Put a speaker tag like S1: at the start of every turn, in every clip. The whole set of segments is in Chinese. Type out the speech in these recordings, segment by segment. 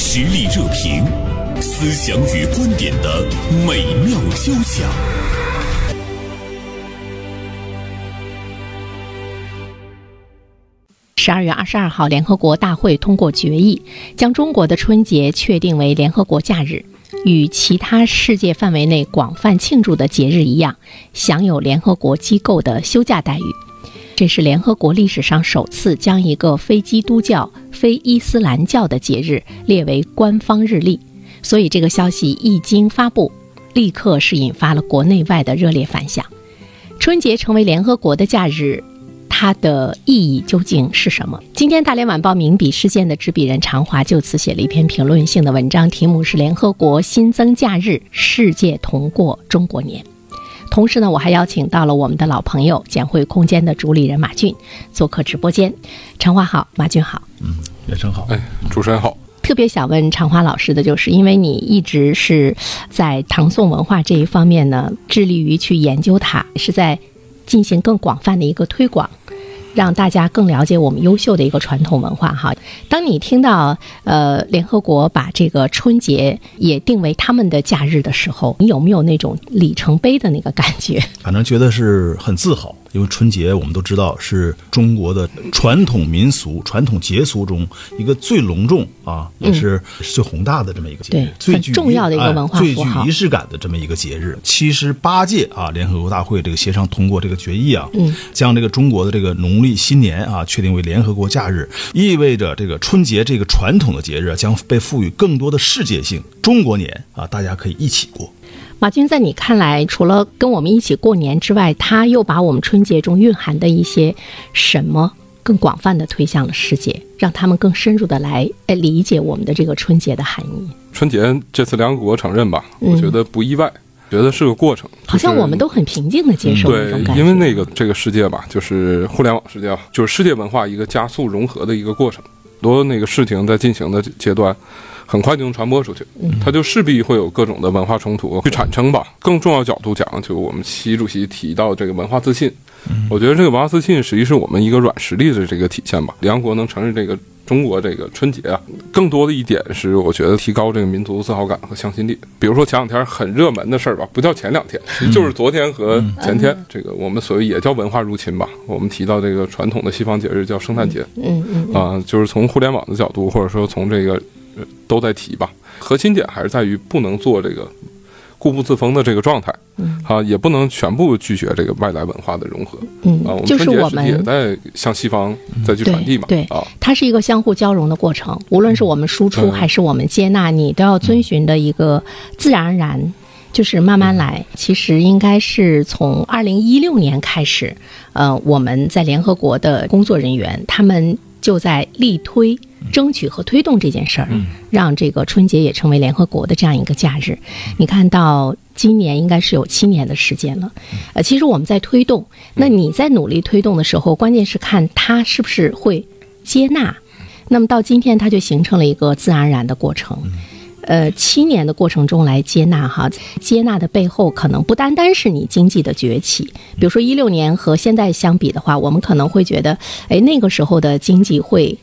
S1: 实力热评，思想与观点的美妙交响。
S2: 十二月二十二号，联合国大会通过决议，将中国的春节确定为联合国假日，与其他世界范围内广泛庆祝的节日一样，享有联合国机构的休假待遇。这是联合国历史上首次将一个非基督教、非伊斯兰教的节日列为官方日历，所以这个消息一经发布，立刻是引发了国内外的热烈反响。春节成为联合国的假日，它的意义究竟是什么？今天《大连晚报》名笔事件的执笔人常华就此写了一篇评论性的文章，题目是《联合国新增假日，世界同过中国年》。同时呢，我还邀请到了我们的老朋友简汇空间的主理人马俊做客直播间。长华好，马俊好。
S3: 也真好。
S4: 哎，主持人好。
S2: 特别想问长华老师的就是，因为你一直是在唐宋文化这一方面呢，致力于去研究它，是在进行更广泛的一个推广，让大家更了解我们优秀的一个传统文化哈。当你听到呃联合国把这个春节也定为他们的假日的时候，你有没有那种里程碑的那个感觉？
S3: 反正觉得是很自豪，因为春节我们都知道是中国的传统民俗、传统节俗中一个最隆重啊，也是最宏大的这么一个节日，
S2: 嗯对
S3: 最
S2: 很
S3: 具
S2: 重要的一个
S3: 哎
S2: 文化
S3: 最
S2: 符
S3: 具
S2: 号
S3: 仪式感的这么一个节日。七十八届啊联合国大会这个协商通过这个决议啊，
S2: 嗯
S3: 将这个中国的这个农历新年啊确定为联合国假日，意味着这个春节这个传统的节日啊将被赋予更多的世界性。中国年啊，大家可以一起过。
S2: 马军，在你看来，除了跟我们一起过年之外，他又把我们春节中蕴含的一些什么更广泛的推向了世界，让他们更深入的来呃理解我们的这个春节的含义。
S4: 春节这次联合国承认吧，我觉得不意外，觉得是个过程。
S2: 嗯好像
S4: 就是
S2: 我们都很平静的接受那
S4: 对
S2: 种感，觉。
S4: 因为那个这个世界吧，就是互联网世界，啊，就是世界文化一个加速融合的一个过程。很多那个事情在进行的阶段，很快就能传播出去，
S2: 嗯
S4: 它就势必会有各种的文化冲突去产生吧。更重要角度讲，就我们习主席提到这个文化自信，我觉得这个文化自信实际是我们一个软实力的这个体现吧。联合国能承认这个中国这个春节啊，更多的一点是我觉得提高这个民族自豪感和向心力。比如说前两天很热门的事儿吧，不叫前两天，就是昨天和前
S2: 嗯
S4: 天，这个我们所谓也叫文化入侵吧。我们提到这个传统的西方节日叫圣诞节，
S2: 嗯嗯
S4: 啊、就是从互联网的角度，或者说从这个、呃都在提吧。核心点还是在于不能做这个固步自封的这个状态，
S2: 嗯
S4: 啊，也不能全部拒绝这个外来文化的融合
S2: 嗯
S4: 啊。
S2: 嗯，
S4: 我们
S2: 就
S4: 春
S2: 是
S4: 节
S2: 我
S4: 实际也
S2: 们。
S4: 在向西方再去
S2: 对
S4: 传递嘛，
S2: 对
S4: 啊，
S2: 它是一个相互交融的过程，无论是我们输出
S4: 嗯
S2: 还是我们接纳，你都要遵循的一个自然而然，就是慢慢来。其实应该是从二零一六年开始，呃，我们在联合国的工作人员他们就在力推。争取和推动这件事儿，让这个春节也成为联合国的这样一个假日。你看到今年应该是有七年的时间了，呃，其实我们在推动，那你在努力推动的时候，关键是看它是不是会接纳。那么到今天，它就形成了一个自然而然的过程。
S3: 嗯
S2: 呃，七年的过程中来接纳哈，接纳的背后可能不单单是你经济的崛起，
S3: 嗯
S2: 比如说一六年和现在相比的话，我们可能会觉得，哎，那个时候的经济会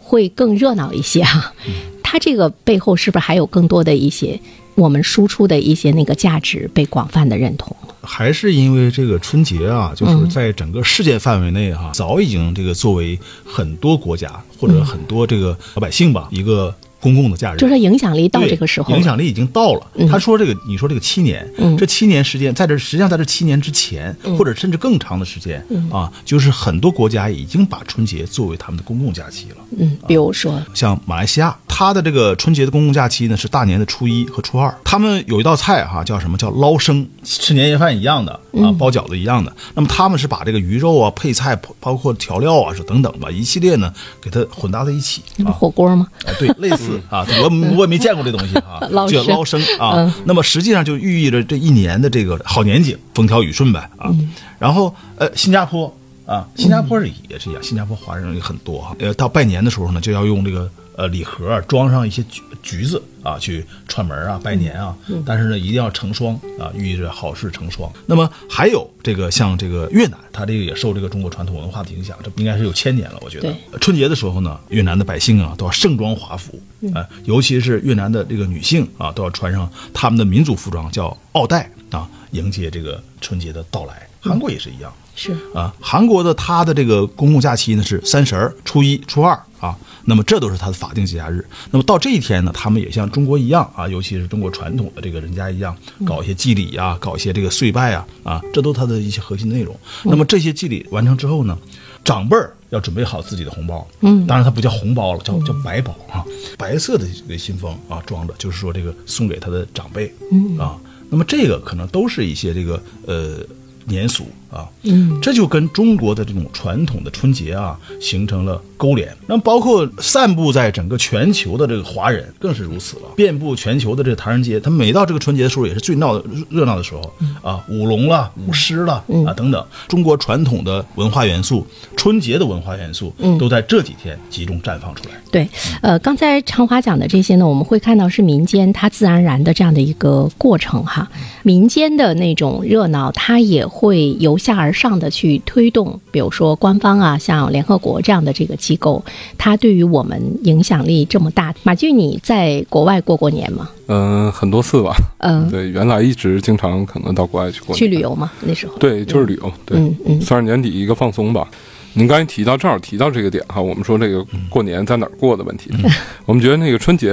S2: 会更热闹一些啊。
S3: 嗯
S2: 它这个背后是不是还有更多的一些我们输出的一些那个价值被广泛的认同？
S3: 还是因为这个春节
S2: 嗯
S3: 啊，就是在整个世界范围内哈、早已经这个作为很多国家或者很多这个老百姓吧，一个公共的假
S2: 嗯
S3: 日。
S2: 就是影响力到
S3: 对
S2: 这个时候
S3: 影
S2: 了，
S3: 响力已经到了。
S2: 嗯
S3: 他说这个，你说这个七年，
S2: 嗯
S3: 这七年时间，在这实际上在这七年之前，或者甚至更长的时间、
S2: 嗯
S3: 啊，就是很多国家已经把春节作为他们的公共假期了。
S2: 嗯，比如说，
S3: 像马来西亚，它的这个春节的公共假期呢是大年的初一和初二。他们有一道菜哈、叫什么叫捞生，吃年夜饭一样的啊，
S2: 嗯
S3: 包饺子一样的。那么他们是把这个鱼肉啊、配菜，包括调料啊，是等等吧，一系列呢给它混搭在一起
S2: 那不
S3: 啊。
S2: 火锅吗？，
S3: 啊，对，类似啊，我我也没见过这东西啊
S2: 捞
S3: 就
S2: 生
S3: 叫捞生啊。那么实际上就寓意着这一年的这个好年景，风调雨顺呗啊。然后呃，新加坡啊，新加坡是也是一样，新加坡华人也很多啊。呃，到拜年的时候呢，就要用这个呃礼盒装上一些菊橘子啊去串门啊、拜年啊，但是呢一定要成双啊，寓意着好事成双。那么还有这个像这个越南，它这个也受这个中国传统文化的影响，这应该是有千年了，我觉得
S2: 对。
S3: 春节的时候呢，越南的百姓啊都要盛装华服，啊、尤其是越南的这个女性啊，都要穿上他们的民族服装，叫奥黛啊，迎接这个春节的到来。韩国也是一样
S2: 是
S3: 啊，韩国的它的这个公共假期呢是三十儿、初一、初二啊，那么这都是它的法定节假日。那么到这一天呢，他们也像中国一样啊，尤其是中国传统的这个人家一样，搞一些祭礼啊，搞一些这个岁拜啊，啊，这都它的一些核心内容。那么这些祭礼完成之后呢，长辈儿要准备好自己的红包，嗯，当然它不叫红包了，叫叫白包啊，白色的这个信封啊装着，就是说这个送给他的长辈，嗯啊，那么这个可能都是一些这个呃年俗啊，嗯，这就跟中国的这种传统的春节啊形成了勾连。那么包括散布在整个全球的这个华人更是如此了，啊遍布全球的这个唐人街，他每到这个春节的时候也是最闹的热闹的时候啊，舞龙了、舞狮了啊等等，中国传统的文化元素、春节的文化元素都在这几天集中绽放出来。
S2: 对，呃，刚才长华讲的这些呢，我们会看到是民间它自然而然的这样的一个过程哈。民间的那种热闹，它也会由下而上的去推动，比如说官方啊，像联合国这样的这个机构，它对于我们影响力这么大。马俊，你在国外过过年吗？
S4: 嗯、很多次吧。
S2: 嗯、
S4: 对，原来一直经常可能到国外去过年
S2: 去旅。游吗？那时候？
S4: 对，就是旅游。对，
S2: 嗯嗯
S4: 算是年底一个放松吧。您刚才提到，正好提到这个点哈，我们说这个过年在哪儿过的问题， 我们觉得那个春节，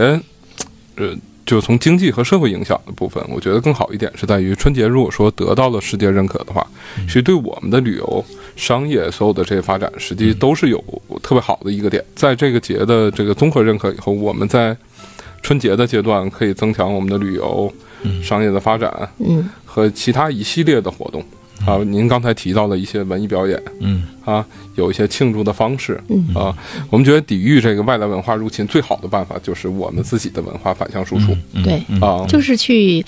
S4: 呃，就从经济和社会影响的部分，我觉得更好一点是在于春节如果说得到了世界认可的话，其实对我们的旅游、商业所有的这些发展，实际都是有特别好的一个点。在这个节的这个综合认可以后，我们在春节的阶段可以增强我们的旅游、商业的发展，
S2: 嗯，
S4: 和其他一系列的活动。啊，您刚才提到的一些文艺表演
S3: 嗯，
S4: 啊，有一些庆祝的方式，
S2: 嗯
S4: 啊，我们觉得抵御这个外来文化入侵最好的办法就是我们自己的文化反向输出、
S3: 嗯
S2: 对，嗯
S4: 啊。
S2: 就是去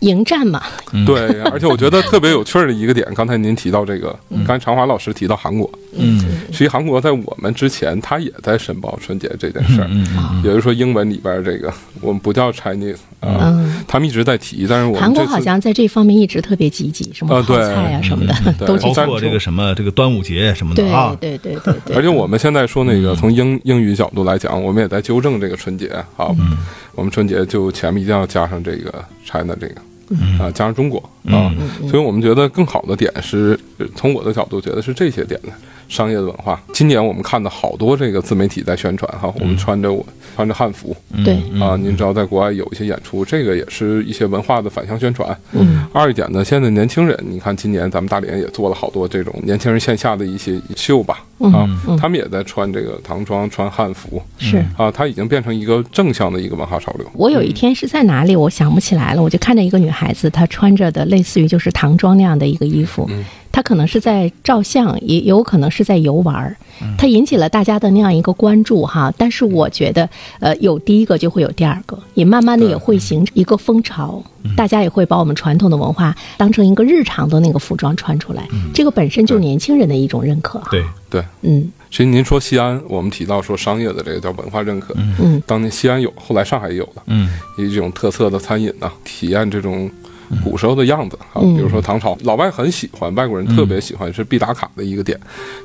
S2: 迎战嘛。
S4: 对，而且我觉得特别有趣儿的一个点，刚才您提到这个，刚才常华老师提到韩国，
S3: 嗯
S4: 其实韩国在我们之前，他也在申报春节这件事儿，
S3: 嗯
S4: 也就是说英文里边儿这个我们不叫 Chinese 啊，
S2: 嗯，
S4: 他们一直在提，但是我
S2: 韩
S4: 们
S2: 国
S4: 这
S2: 好
S4: 次
S2: 像在这方面一直特别积极，什么
S4: 啊
S2: 泡
S4: 对嗯
S2: 菜啊什么的、
S4: 对
S2: 都去
S3: 包
S4: 赞
S3: 括
S4: 助
S3: 这个什么这个端午节什么的啊，
S2: 对对对对对，
S4: 而且我们现在说那个，从英英语角度来讲，我们也在纠正这个春节啊，我们春节就前面一定要加上这个 China 这个。啊，加上中国啊，所以我们觉得更好的点是，呃从我的角度觉得是这些点呢，商业的文化。今年我们看到好多这个自媒体在宣传哈，我们穿着我穿着汉服
S2: 对
S4: 啊，您知道在国外有一些演出，这个也是一些文化的反向宣传。
S2: 嗯，
S4: 二一点呢，现在年轻人，你看今年咱们大连也做了好多这种年轻人线下的一些秀吧，
S2: 嗯
S4: 啊，他们也在穿这个唐装、穿汉服
S2: 是。
S4: 啊，它已经变成一个正向的一个文化潮流。
S2: 我有一天是在哪里，我想不起来了，我就看见一个女孩子，她穿着的类似于就是唐装那样的一个衣服，她可能是在照相，也有可能是在游玩儿，她引起了大家的那样一个关注哈。但是我觉得，呃，有第一个就会有第二个，也慢慢的也会形成一个风潮，大家也会把我们传统的文化当成一个日常的那个服装穿出来，这个本身就是年轻人的一种认可哈。啊
S3: 对，
S4: 对，
S2: 嗯，
S4: 其实您说西安，我们提到说商业的这个叫文化认可，
S2: 嗯，
S4: 当年西安有，后来上海也有了，
S3: 嗯，
S4: 一种特色的餐饮呐、体验这种古时候的样子啊，
S2: 嗯
S4: 比如说唐朝，老外很喜欢，外国人特别喜欢，是必打卡的一个点。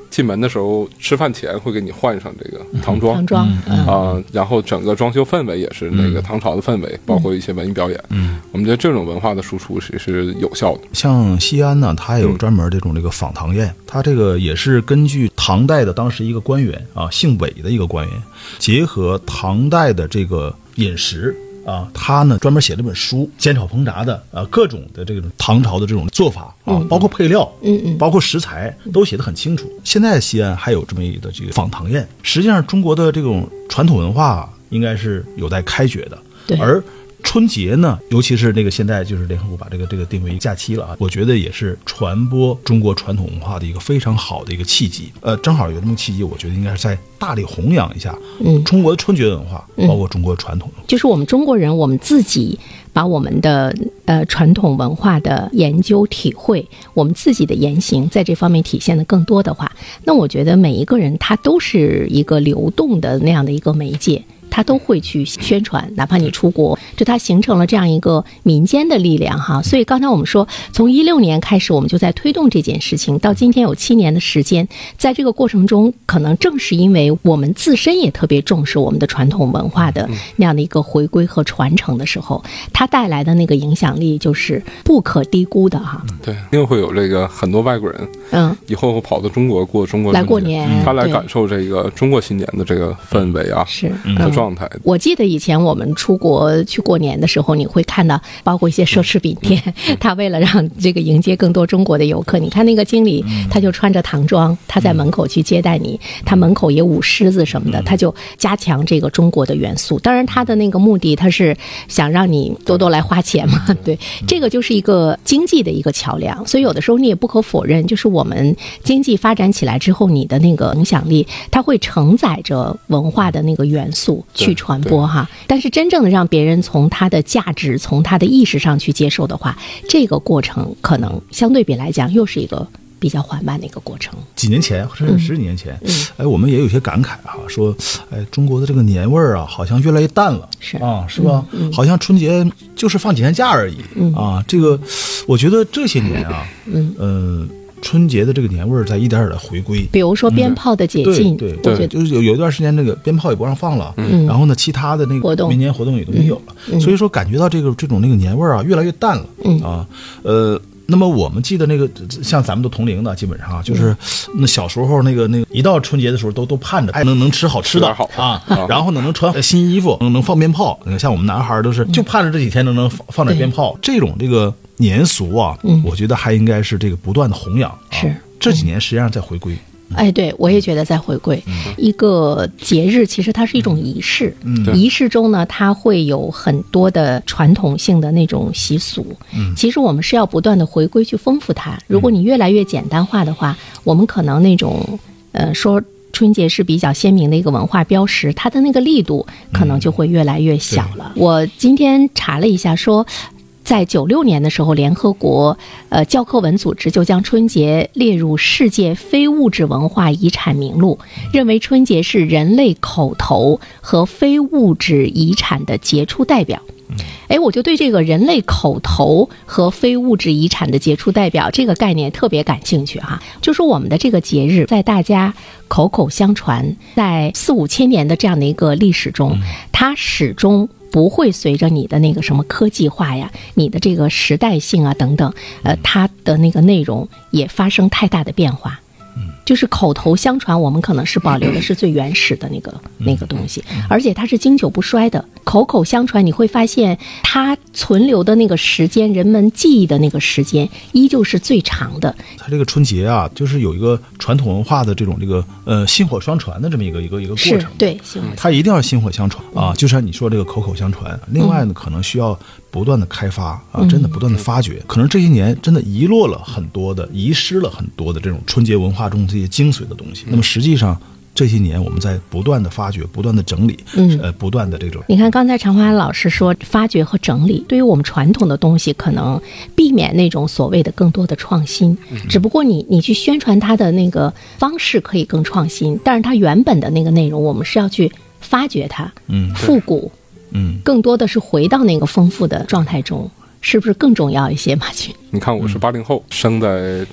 S4: 进门的时候，吃饭前会给你换上这个唐装，
S2: 唐装，嗯
S4: 啊、然后整个装修氛围也是那个唐朝的氛围，包括一些文艺表演。嗯，我们觉得这种文化的输出是是有效的。
S3: 像西安呢，它有专门这种这个访唐宴，它这个也是根据唐代的当时一个官员啊，姓韦的一个官员，结合唐代的这个饮食。啊，他呢专门写了本书，煎炒烹炸的啊，各种的这种唐朝的这种做法啊，包括配料，
S2: 嗯嗯
S3: 包括食材都写得很清楚。现在西安还有这么一个这个访唐宴，实际上中国的这种传统文化啊应该是有待开掘的。
S2: 对
S3: 而春节呢，尤其是这个现在就是联合国把这个这个定为假期了啊，我觉得也是传播中国传统文化的一个非常好的一个契机。呃，正好有这么个契机，我觉得应该是在大力弘扬一下，
S2: 嗯
S3: 中国的春节文化，包括中国传统文化。
S2: 就是我们中国人，我们自己把我们的呃传统文化的研究体会，我们自己的言行在这方面体现的更多的话，那我觉得每一个人他都是一个流动的那样的一个媒介。他都会去宣传，哪怕你出国，就它形成了这样一个民间的力量哈。所以刚才我们说，从一六年开始，我们就在推动这件事情，到今天有七年的时间，在这个过程中，可能正是因为我们自身也特别重视我们的传统文化的那样的一个回归和传承的时候，它带来的那个影响力就是不可低估的哈。
S4: 对，一定会有这个很多外国人
S2: 嗯，
S4: 以后会跑到中国过中国
S2: 来
S4: 春
S2: 过
S4: 节
S2: 年
S4: 他来
S2: 对
S4: 感受这个中国新年的这个氛围啊
S2: 是。
S4: 和
S2: 嗯
S4: 状态。
S2: 我记得以前我们出国去过年的时候，你会看到，包括一些奢侈品店， 他为了让这个迎接更多中国的游客，你看那个经理，他就穿着唐装，他在门口去接待你，他门口也舞狮子什么的，他就加强这个中国的元素。当然，他的那个目的，他是想让你多多来花钱嘛，对，这个就是一个经济的一个桥梁。所以有的时候你也不可否认，就是我们经济发展起来之后，你的那个影响力，它会承载着文化的那个元素去传播哈。但是真正的让别人从它的价值、从它的意识上去接受的话，这个过程可能相对比来讲又是一个比较缓慢的一个过程。
S3: 几年前，甚至十几年前，哎，我们也有些感慨哈、说，哎，中国的这个年味儿啊，好像越来越淡了，
S2: 是
S3: 啊，是吧？好像春节就是放几天假而已，啊，这个，我觉得这些年啊，嗯，呃，春节的这个年味儿在一点点的回归，
S2: 比如说鞭炮的解禁，
S3: 对
S2: 我觉得嗯
S3: 就是有有一段时间，那个鞭炮也不让放了，然后呢，其他的那个
S2: 活动嗯
S3: 民间活动也都没有了，所以说感觉到这个这种那个年味儿啊，越来越淡了、啊，呃。那么我们记得那个，像咱们都同龄的，基本上啊
S2: 嗯
S3: 就是那小时候那个那个，一到春节的时候都都盼着，哎，能能吃好吃的
S4: 吃点好
S3: 啊
S4: 啊，
S3: 然后呢能穿新衣服，能能放鞭炮。你看像我们男孩儿都
S2: 嗯
S3: 是就盼着这几天能能放放点鞭炮，这种这个年俗啊，我觉得还应该是这个不断的弘扬。啊
S2: 嗯是
S3: 这几年实际上在回归。
S2: 哎，对，我也觉得在回归、一个节日，其实它是一种仪式。
S4: 对
S2: 仪式中呢，它会有很多的传统性的那种习俗。其实我们是要不断的回归去丰富它。如果你越来越简单化的话，我们可能那种呃说。春节是比较鲜明的一个文化标识，它的那个力度可能就会越来越小了。我今天查了一下说，在九六年的时候，联合国呃教科文组织就将春节列入世界非物质文化遗产名录，认为春节是人类口头和非物质遗产的杰出代表。哎，我就对这个人类口头和非物质遗产的杰出代表这个概念特别感兴趣哈、啊就是我们的这个节日，在大家口口相传，在四五千年的这样的一个历史中，它始终。不会随着你的那个什么科技化呀，你的这个时代性啊等等，呃，它的那个内容也发生太大的变化。就是口头相传，我们可能是保留的是最原始的那个
S3: 嗯
S2: 那个东西，而且它是经久不衰的。口口相传，你会发现它存留的那个时间，人们记忆的那个时间，依旧是最长的。
S3: 它这个春节啊，就是有一个传统文化的这种这个呃薪火相传的这么一个一个一个过
S2: 是
S3: 程。嗯
S2: 对，行
S3: 它一定要薪火相传啊，就像你说这个口口相传。另外呢，可能需要不断的开发啊，真的不断的发掘。可能这些年真的遗落了很多的，遗失了很多的这种春节文化中这些精髓的东西。那么实际上这些年我们在不断的发掘，不断的整理，呃，不断的这种
S2: 你看，刚才常华老师说发掘和整理，对于我们传统的东西，可能避免那种所谓的更多的创新。
S3: 嗯
S2: 只不过你你去宣传它的那个方式可以更创新，但是它原本的那个内容，我们是要去发掘它，
S3: 嗯
S2: 复古，
S3: 嗯，
S2: 更多的是回到那个丰富的状态中，是不是更重要一些？马军，
S4: 你看，我
S2: 嗯
S4: 是八零后，生在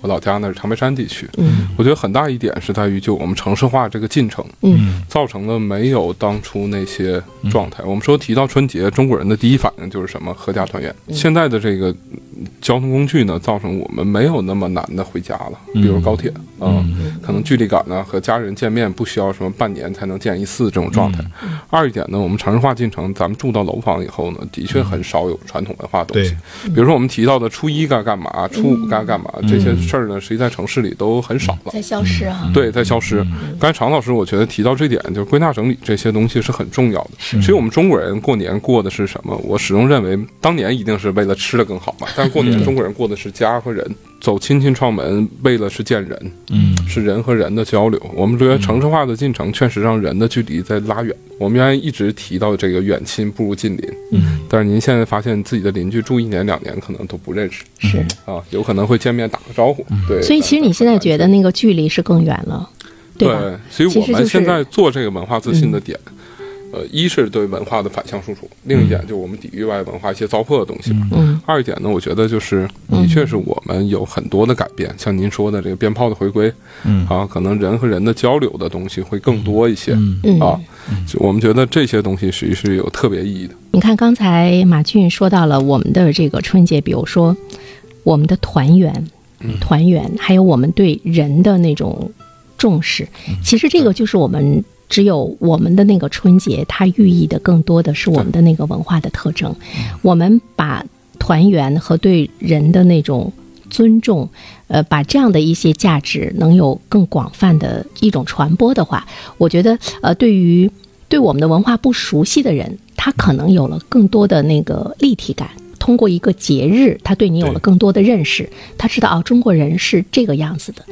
S4: 我老家那是长白山地区。
S2: 嗯
S4: 我觉得很大一点是在于，就我们城市化这个进程，
S2: 嗯，
S4: 造成了没有当初那些状态。我们说提到春节，中国人的第一反应就是什么？合家团圆。现在的这个嗯交通工具呢，造成我们没有那么难的回家了，比如高铁
S2: 嗯
S4: 啊、可能距离感呢和家人见面不需要什么半年才能见一次这种状态。
S2: 嗯
S4: 二一点呢，我们城市化进程，咱们住到楼房以后呢，的
S2: 嗯
S4: 确很少有传统文化的东西
S3: 对。
S4: 比如说我们提到的初一该干嘛，初五该干嘛，这些事儿呢，实际在城市里都很少了。
S2: 在消失啊哈、
S4: 对，在消失。刚才常老师我觉得提到这点，就是归纳整理这些东西是很重要的。其实我们中国人过年过的是什么？我始终认为，当年一定是为了吃的更好嘛，但过年中国人过的是家和人，走亲戚串门为了是见人，
S3: 嗯，
S4: 是人和人的交流。我们觉得城市化的进程确实让人的距离在拉远。我们原来一直提到这个远亲不如近邻，嗯，但是您现在发现自己的邻居住一年两年可能都不认识
S2: 是。
S4: 啊，有可能会见面打个招呼，对。
S2: 所以其实你现在觉得那个距离是更远了，对吧？
S4: 所以
S2: 其
S4: 我
S2: 实就
S4: 们
S2: 是嗯
S4: 现在做这个文化自信的点，呃，一是对文化的反向输出，另一点就是我们抵御外来文化一些糟粕的东西吧。
S2: 嗯
S4: 二一点呢，我觉得就是的确是我们有很多的改变，像您说的这个鞭炮的回归，
S3: 嗯
S4: 啊，可能人和人的交流的东西会更多一些，
S3: 嗯
S2: 嗯
S4: 啊，就我们觉得这些东西实际是有特别意义的。
S2: 你看，刚才马俊说到了我们的这个春节，比如说我们的团圆，团圆，还有我们对人的那种重视。其实这个就是我们只有我们的那个春节，它寓意的更多的是我们的那个文化的特征。我们把团圆和对人的那种尊重，呃，把这样的一些价值能有更广泛的一种传播的话，我觉得呃，对于对我们的文化不熟悉的人，他可能有了更多的那个立体感。通过一个节日，他对你有了
S3: 对
S2: 更多的认识，他知道哦，中国人是这个样子的。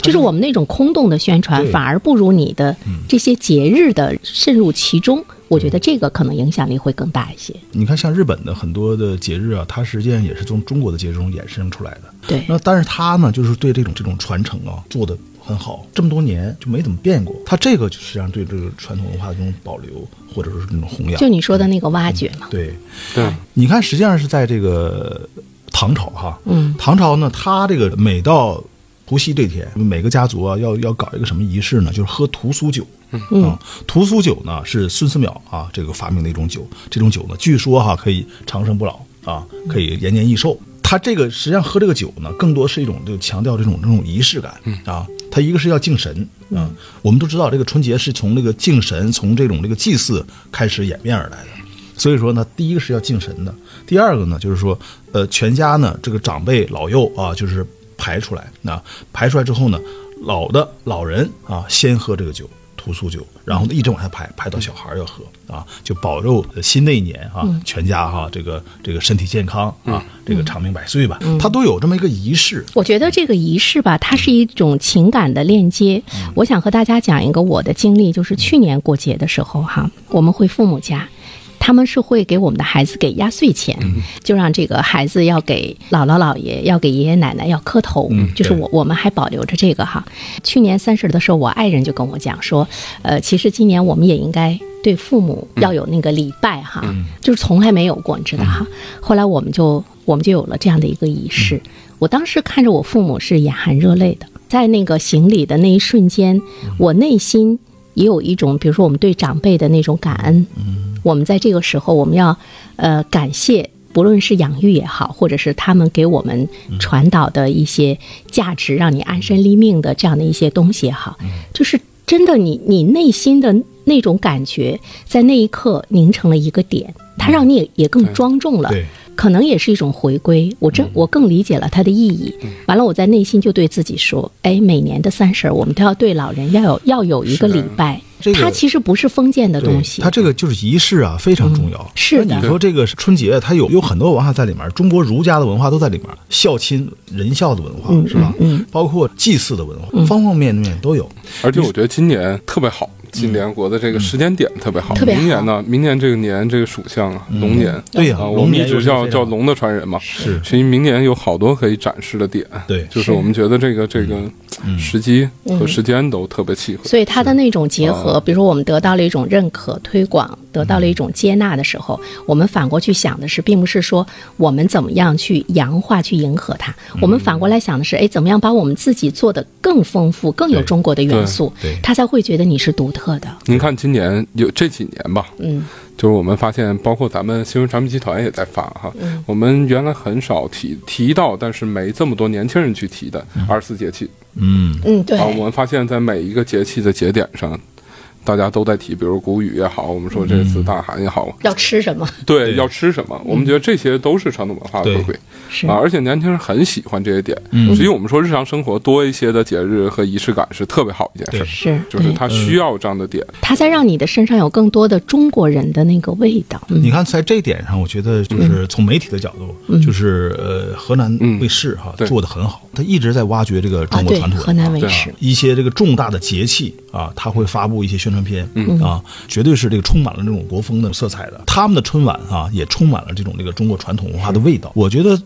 S2: 就是我们那种空洞的宣传，
S3: 对
S2: 反而不如你的这些节日的渗入其中。我觉得这个可能影响力会更大一些。
S3: 你看，像日本的很多的节日啊，它实际上也是从中国的节日中衍生出来的。
S2: 对，
S3: 那但是他呢，就是对这种这种传承啊做的很好，这么多年就没怎么变过。他这个就实际上对这个传统文化的这种保留，或者说是这种弘扬
S2: 就。你说的那个挖掘嘛，
S3: 对，
S4: 对，
S3: 你看，实际上是在这个唐朝哈，
S2: 嗯，
S3: 唐朝呢，他这个每到除夕这天，每个家族啊要要搞一个什么仪式呢？就是喝屠苏酒。嗯啊，屠苏酒呢是孙思邈啊这个发明的一种酒，这种酒呢据说哈、可以长生不老啊，可以延年益寿。他这个实际上喝这个酒呢，更多是一种就强调这种这种仪式感啊。他一个是要敬神啊，我们都知道这个春节是从这个敬神，从这种这个祭祀开始演变而来的。所以说呢，第一个是要敬神的，第二个呢就是说，呃，全家呢这个长辈老幼啊，就是排出来，那、排出来之后呢，老的老人啊先喝这个酒。屠苏酒，然后呢一直往下排，排到小孩儿要喝啊，就保佑新的一年啊，全家哈、这个这个身体健康啊，这个长命百岁吧，他都有这么一个仪式，
S2: 我觉得这个仪式吧，它是一种情感的链接。我想和大家讲一个我的经历，就是去年过节的时候哈，我们回父母家。他们是会给我们的孩子给压岁钱，就让这个孩子要给姥姥姥爷、要给爷爷奶奶要磕头，就是
S3: 对
S2: 我我们还保留着这个哈。去年三十的时候，我爱人就跟我讲说，呃，其实今年我们也应该对父母要有那个礼拜哈，就是从来没有过，你知道哈。后来我们就我们就有了这样的一个仪式，我当时看着我父母是眼含热泪的，在那个行礼的那一瞬间，
S3: 嗯
S2: 我内心也有一种，比如说我们对长辈的那种感恩。
S3: 嗯
S2: 我们在这个时候，我们要呃感谢，不论是养育也好，或者是他们给我们
S3: 嗯
S2: 传导的一些价值，让你安身立命的这样的一些东西也
S3: 嗯
S2: 好，就是真的你你内心的那种感觉，在那一刻凝成了一个点，它让你也也更庄重了。
S3: 对
S2: 可能也是一种回归。我
S3: 嗯
S2: 这我更理解了它的意义。完了，我在内心就对自己说：“哎，每年的三十儿，我们都要对老人要有要有一个礼拜。
S3: 啊这个
S2: 它其实不是封建的东西嗯
S3: 它。这个就是仪式啊，非常重要。
S2: 是的
S3: 那你说这个是春节，它有有很多文化在里面，中国儒家的文化都在里面，孝亲仁孝的文化、是吧？嗯，包括祭祀的文化，
S2: 嗯
S3: 方方面面都有。
S4: 而且我觉得今年特别好，
S3: 嗯
S4: 今联合国的这个时间点特别好。
S2: 特别好
S4: 明年呢，明年这个年这个属相啊，龙年。
S3: 嗯对呀、
S4: 啊，我
S3: 龙
S4: 们
S3: 年
S4: 一
S3: 又
S4: 直
S3: 是
S4: 叫
S3: 非
S4: 叫
S3: 常
S4: 龙的传人嘛，
S3: 是
S4: 其实明年有好多可以展示的点，
S3: 对嗯
S4: 就是我们觉得这个这个时机和
S2: 嗯
S4: 时间都特别契合，
S2: 所以它的那种结
S3: 啊
S2: 合，比如说我们得到了一种认可、推广，
S3: 嗯
S2: 得到了一种接纳的时候，我们反过去想的是，并不是说我们怎么样去洋化、去迎合它，
S3: 嗯
S2: 我们反过来想的是，哎，怎么样把我们自己做的更丰富、更有
S3: 对
S2: 中国的元素
S3: 对对，
S2: 他才会觉得你是独特的。
S4: 您看今年有这几年吧，
S2: 嗯，
S4: 就是我们发现，包括咱们新闻传媒集团也在发哈，
S2: 嗯
S4: 我们原来很少提提到，但是没这么多年轻人去提的二十四节气、
S3: 嗯，
S2: 嗯，对
S4: 啊，我们发现在每一个节气的节点上。大家都在提，比如谷雨也好，我们说这
S3: 嗯
S4: 次大寒也好，
S2: 要吃什么？
S4: 对，要吃什么，我们觉得这些都是传统文化的
S3: 对
S4: 回归。
S2: 嗯是
S4: 啊，而且年轻人很喜欢这些点，
S3: 嗯
S4: 所以我们说日常生活多一些的节日和仪式感是特别好一件事儿，
S3: 对
S2: 是，
S4: 就是
S2: 对
S4: 他需要这样的点，
S2: 它才让你的身上有更多的中国人的那个味道。嗯
S3: 你看，在这一点上，我觉得就是从媒体的角度，
S2: 嗯
S3: 就是呃，河南卫视哈、
S4: 对
S3: 做的很好，他一直在挖掘这个
S2: 啊，
S3: 中国
S2: 对，
S3: 传统文
S2: 河
S3: 化。
S2: 南卫
S4: 对啊
S2: 视，
S3: 一些这个重大的节气啊，他会发布一些宣传片，
S2: 嗯
S3: 啊，绝对是这个充满了这种国
S2: 嗯
S3: 风的色彩的。他们的春晚啊，也充满了这种这个中国传统文化的味道。我觉得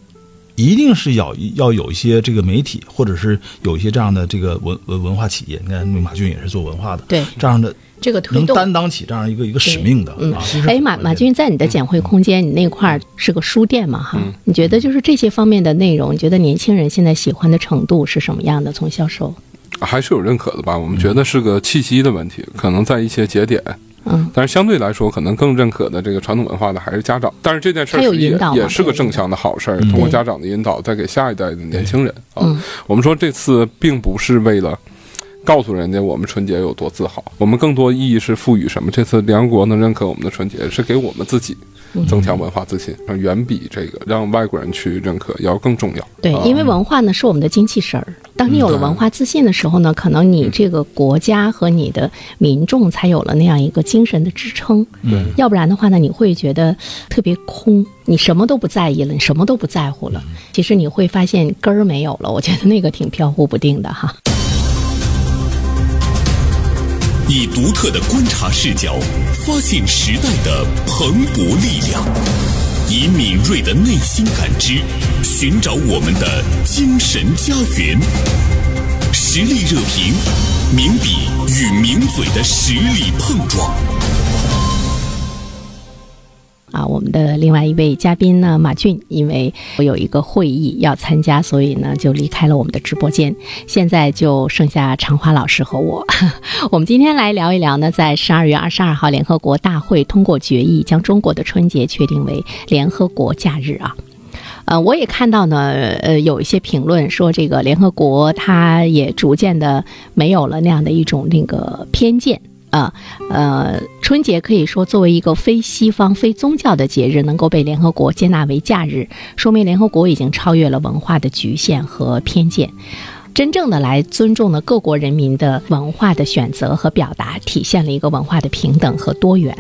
S3: 一定是要要有一些这个媒体，或者是有一些这样的这个文文文化企业，你看马俊也是做文化的，
S2: 对
S3: 这样的
S2: 这个推
S3: 啊能
S2: 动。
S3: 担当起这样一个一个使命的
S2: 嗯
S3: 啊。其，实
S2: 哎，马马军在你的简绘空间，你那块儿是个书店嘛？哈，
S3: 嗯
S2: 你觉得就是这些方面的内容，你觉得年轻人现在喜欢的程度是什么样的？从销售，
S4: 还是有认可的吧？我们觉得是个气息的问题，可能在一些节点，
S2: 嗯，
S4: 但是相对来说，可能更认可的这个传统文化的还是家长。但是这件事儿
S2: 他有
S4: 是也
S2: 引导嘛
S4: 也是个正向的好事儿，通过家长的引导，再给下一代的年轻人啊
S2: 嗯，
S4: 我们说这次并不是为了。告诉人家我们春节有多自豪，我们更多意义是赋予什么？这次联合国能认可我们的春节，是给我们自己增
S2: 嗯
S4: 强文化自信，远比这个让外国人去认可要更重要。
S2: 对，因为文化呢是我们的精气神儿。当你有了文化自信的时候呢，可能你这个国家和你的民众才有了那样一个精神的支撑。
S4: 对，
S2: 要不然的话呢，你会觉得特别空，你什么都不在意了，你什么都不在乎了。其实你会发现根儿没有了。我觉得那个挺飘忽不定的哈。
S1: 以独特的观察视角，发现时代的蓬勃力量；以敏锐的内心感知，寻找我们的精神家园。实力热评，名笔与名嘴的实力碰撞。
S2: 啊，我们的另外一位嘉宾呢，马俊，因为我有一个会议要参加，所以呢就离开了我们的直播间。现在就剩下常华老师和我。 我们今天来聊一聊呢，在十二月二十二号，联合国大会通过决议，将中国的春节确定为联合国假日啊。呃，我也看到呢，呃，有一些评论说，这个联合国它也逐渐的没有了那样的一种那个偏见啊、呃，春节可以说作为一个非西方、非宗教的节日，能够被联合国接纳为假日，说明联合国已经超越了文化的局限和偏见。真正的来尊重了各国人民的文化的选择和表达，体现了一个文化的平等和多元。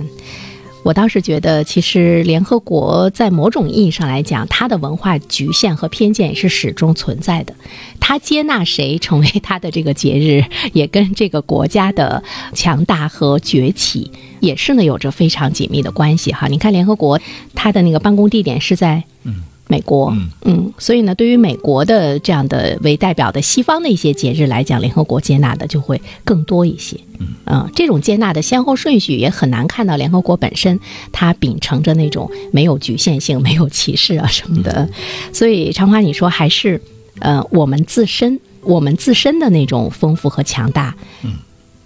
S2: 我倒是觉得，其实联合国在某种意义上来讲，它的文化局限和偏见是始终存在的。它接纳谁成为它的这个节日，也跟这个国家的强大和崛起也是呢有着非常紧密的关系哈。你看，联合国它的那个办公地点是在美国，嗯所以呢，对于美国的这样的为代表的西方的一些节日来讲，联合国接纳的就会更多一些。嗯、这种接纳的先后顺序也很难看到联合国本身它秉承着那种没有局限性、没有歧视啊什么的。所以长华，你说还是呃，我们自身我们自身的那种丰富和强大，嗯，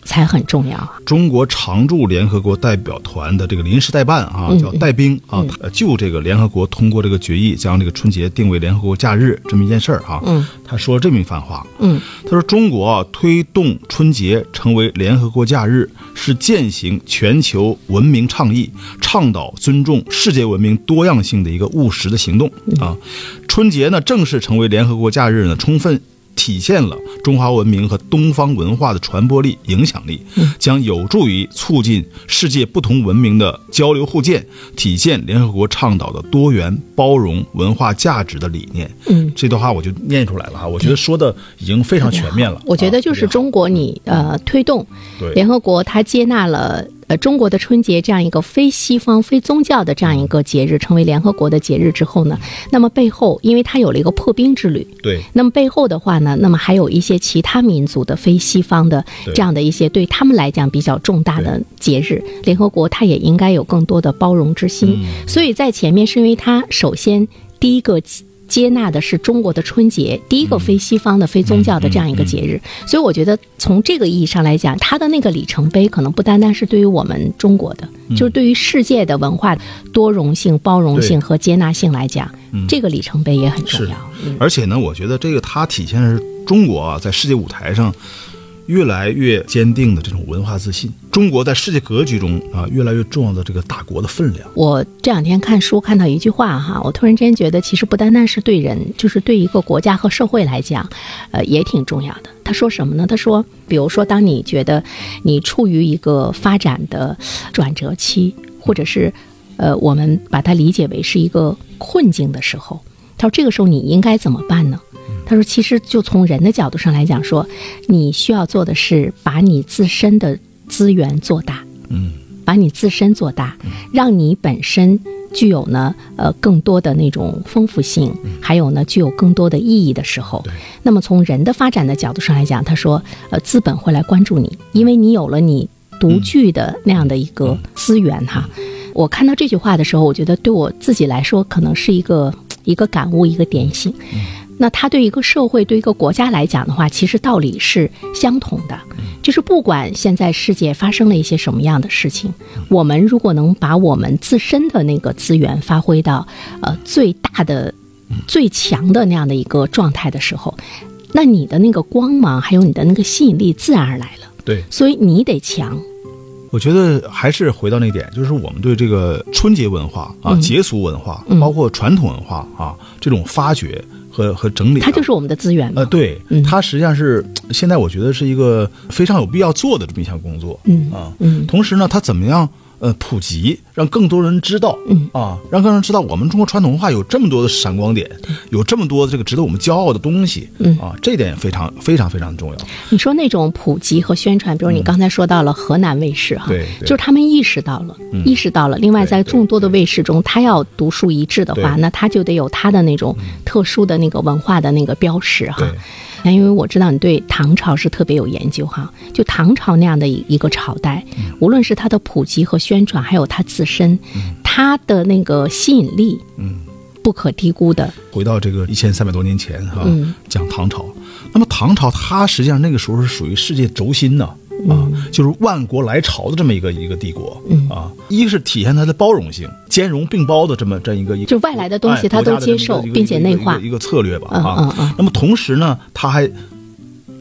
S2: 才很重要啊。
S3: 中国常驻联合国代表团的这个临时代办啊，叫带兵啊，呃就这个联合国通过这个决议，将这个春节定为联合国假日这么一件事儿哈、
S2: 嗯，
S3: 他说了这么一番话，
S2: 嗯，
S3: 他说中国啊推动春节成为联合国假日，是践行全球文明倡议，倡导尊重世界文明多样性的一个务实的行动啊。春节呢正式成为联合国假日呢，充分体现了中华文明和东方文化的传播力、影响力，将有助于促进世界不同文明的交流互鉴，体现联合国倡导的多元、包容文化价值的理念。
S2: 嗯，
S3: 这段话我就念出来了哈，我觉得说的已经非常全面了。
S2: 嗯
S3: 啊
S2: 我觉得就是中国你呃推动
S3: 嗯对
S2: 联合国，它接纳了呃中国的春节这样一个非西方、非宗教的这样一个节日，成为联合国的节日之后呢，那么背后因为它有了一个破冰之旅，
S3: 对
S2: 那么背后的话呢，那么还有一些其他民族的非西方的
S3: 对
S2: 这样的一些对他们来讲比较重大的节日，联合国它也应该有更多的包容之心。
S3: 嗯
S2: 所以在前面是因为它首先第一个。接纳的是中国的春节，第一个非西方的、非宗教的这样一个节
S3: 嗯
S2: 日，所以我觉得从这个意义上来讲，它的那个里程碑可能不单单是对于我们中国的，
S3: 嗯
S2: 就是对于世界的文化多容性、包容性和接纳性来讲，这个里程碑也很重
S3: 嗯是
S2: 要。
S3: 而且呢，我觉得这个它体现的是中国啊，在世界舞台上越来越坚定的这种文化自信，中国在世界格局中啊越来越重要的这个大国的分量。
S2: 我这两天看书看到一句话哈，我突然之间觉得，其实不单单是对人，就是对一个国家和社会来讲，呃，也挺重要的。他说什么呢？他说，比如说，当你觉得你处于一个发展的转折期，或者是呃，我们把它理解为是一个困境的时候，他说这个时候你应该怎么办呢？他说，其实就从人的角度上来讲说，你需要做的是把你自身
S3: 嗯
S2: 的资源做大。把你自身做大，让你本身具有呢呃更多的那种丰富性，还有呢具有更多的意义的时候，那么从人的发展的角度上来讲，他说呃资本会来关注你，因为你有了你独具的那样的一个资源哈。我看到这句话的时候，我觉得对我自己来说，可能是一个一个感悟，一个点醒。那它对一个社会、对一个国家来讲的话，其实道理是相同的，就是不管现在世界发生了一些什么样的事情，我们如果能把我们自身的那个资源发挥到呃最大的、最强的那样的一个状态的时候，那你的那个光芒还有你的那个吸引力自然而来了。
S3: 对，
S2: 所以你得强，嗯
S3: 我觉得还是回到那点，就是我们对这个春节文化啊、
S2: 嗯
S3: 节俗文化，包括传统文化啊这种发掘和和整理啊、
S2: 它就是我们的资源嘛。
S3: 呃，对，
S2: 嗯
S3: 它实际上是现在我觉得是一个非常有必要做的这么一项工作。
S2: 嗯
S3: 啊，
S2: 嗯
S3: 同时呢，它怎么样呃普及，让更多人知道，
S2: 嗯
S3: 啊，让更多人知道我们中国传统文化有这么多的闪光点，有这么多的这个值得我们骄傲的东西，
S2: 嗯
S3: 啊，这点非常非常非常重要。
S2: 你说那种普及和宣传，比如你刚才说到了河南卫视哈，
S3: 嗯对对嗯
S2: 就是他们意识到了，意识到了。另外，
S3: 对
S2: 在
S3: 对
S2: 众多的卫视中，他要独树一帜的话，
S3: 对嗯
S2: 那他就得有他的那种特殊的那个文化的那个标识哈
S3: 对。
S2: 那因为我知道你对唐朝是特别有研究哈，就唐朝那样的一一个朝代，
S3: 嗯
S2: 无论是它的普及和宣传，还有它自身，它的那个吸引力，嗯，不可低估的。
S3: 回到这个一千三百多年前哈、
S2: 嗯
S3: 讲唐朝。那么唐朝它实际上那个时候是属于世界轴心呐、啊。就是万国来朝的这么一个一个帝国，
S2: 嗯
S3: 啊，一是体现它的包容性、兼容并包的这么这样一个一个，
S2: 就外来的东西
S3: 哎
S2: 它都
S3: 国家的这么
S2: 接受
S3: 一个
S2: 并且内化
S3: 一个一个一个策略吧，
S2: 嗯
S3: 啊
S2: 嗯嗯，
S3: 那么同时呢，它还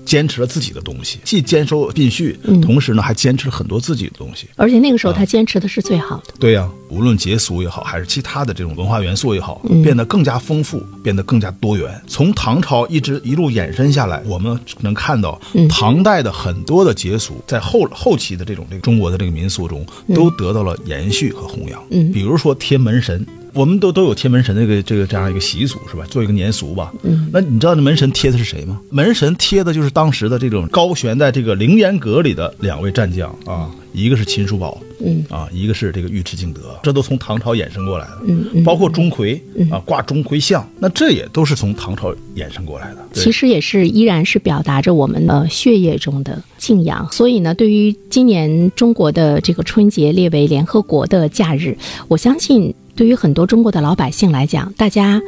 S3: 坚持了自己的东西，既兼收并蓄，
S2: 嗯
S3: 同时呢还坚持了很多自己的东西，
S2: 而且那个时候，他坚持的是最好的。
S3: 对呀、无论节俗也好，还是其他的这种文化元素也好，
S2: 嗯
S3: 变得更加丰富，变得更加多元。从唐朝一直一路延伸下来，我们能看到
S2: 嗯
S3: 唐代的很多的节俗，在后后期的这种这个中国的这个民俗中，都得到了延续和弘扬。
S2: 嗯
S3: 比如说天门神。我们都都有贴门神这个这个这样一个习俗是吧？做一个年俗吧。嗯，那你知道那门神贴的是谁吗？门神贴的就是当时的这种高悬在这个凌烟阁里的两位战将啊，一个是秦叔宝，
S2: 嗯
S3: 啊，一个是这个尉迟敬德，这都从唐朝衍生过来的。
S2: 嗯嗯。
S3: 包括钟馗啊，挂钟馗像，那这也都是从唐朝衍生过来的。对
S2: 其实也是依然是表达着我们的血液中的敬仰。所以呢，对于今年中国的这个春节列为联合国的假日，我相信对于很多中国的老百姓来讲，大家。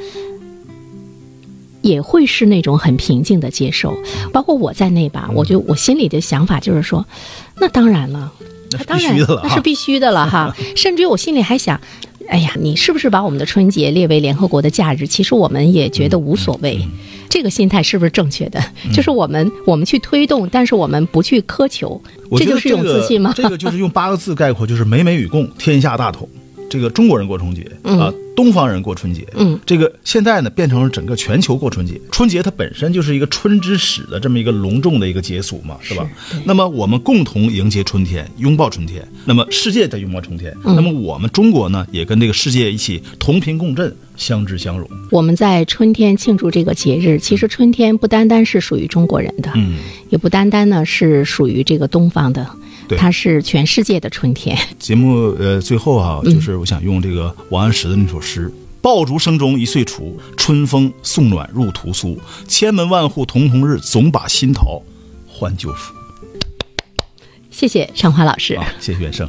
S2: 也会是那种很平静的接受，包括我在内吧。我就我心里的想法就是说，那当然了，
S3: 那是
S2: 当
S3: 必
S2: 然
S3: 须的了
S2: 那是
S3: 啊。
S2: 必须的了 哈。甚至于我心里还想，哎呀，你是不是把我们的春节列为联合国的假日？其实我们也觉得无所
S3: 嗯
S2: 谓。这个心态是不是正确的？就是我们我们去推动，但是我们不去苛求，
S3: 我
S2: 这
S3: 觉
S2: 就
S3: 得
S2: 是一
S3: 这
S2: 种自
S3: 个
S2: 信吗？
S3: 这个就是用八个字概括，就是美美与共，天下大同。这个中国人过春节啊，东方人过春节，
S2: 嗯，
S3: 这个现在呢变成了整个全球过春节。春节它本身就是一个春之始的这么一个隆重的一个节俗嘛，是吧？那么我们共同迎接春天，拥抱春天。那么世界在拥抱春天，
S2: 嗯
S3: 那么我们中国呢也跟这个世界一起同频共振，相知相融。
S2: 我们在春天庆祝这个节日，其实春天不单单是属于中国人的，
S3: 嗯，
S2: 也不单单呢是属于这个东方的，
S3: 对
S2: 它是全世界的春天。
S3: 节目呃最后啊，就是我想用这个王安石的那首诗：“爆竹声中一岁除，春风送暖入屠苏。千门万户曈曈日，总把新桃换旧符。
S2: 谢谢尚华老”师。
S3: 啊，谢谢袁胜。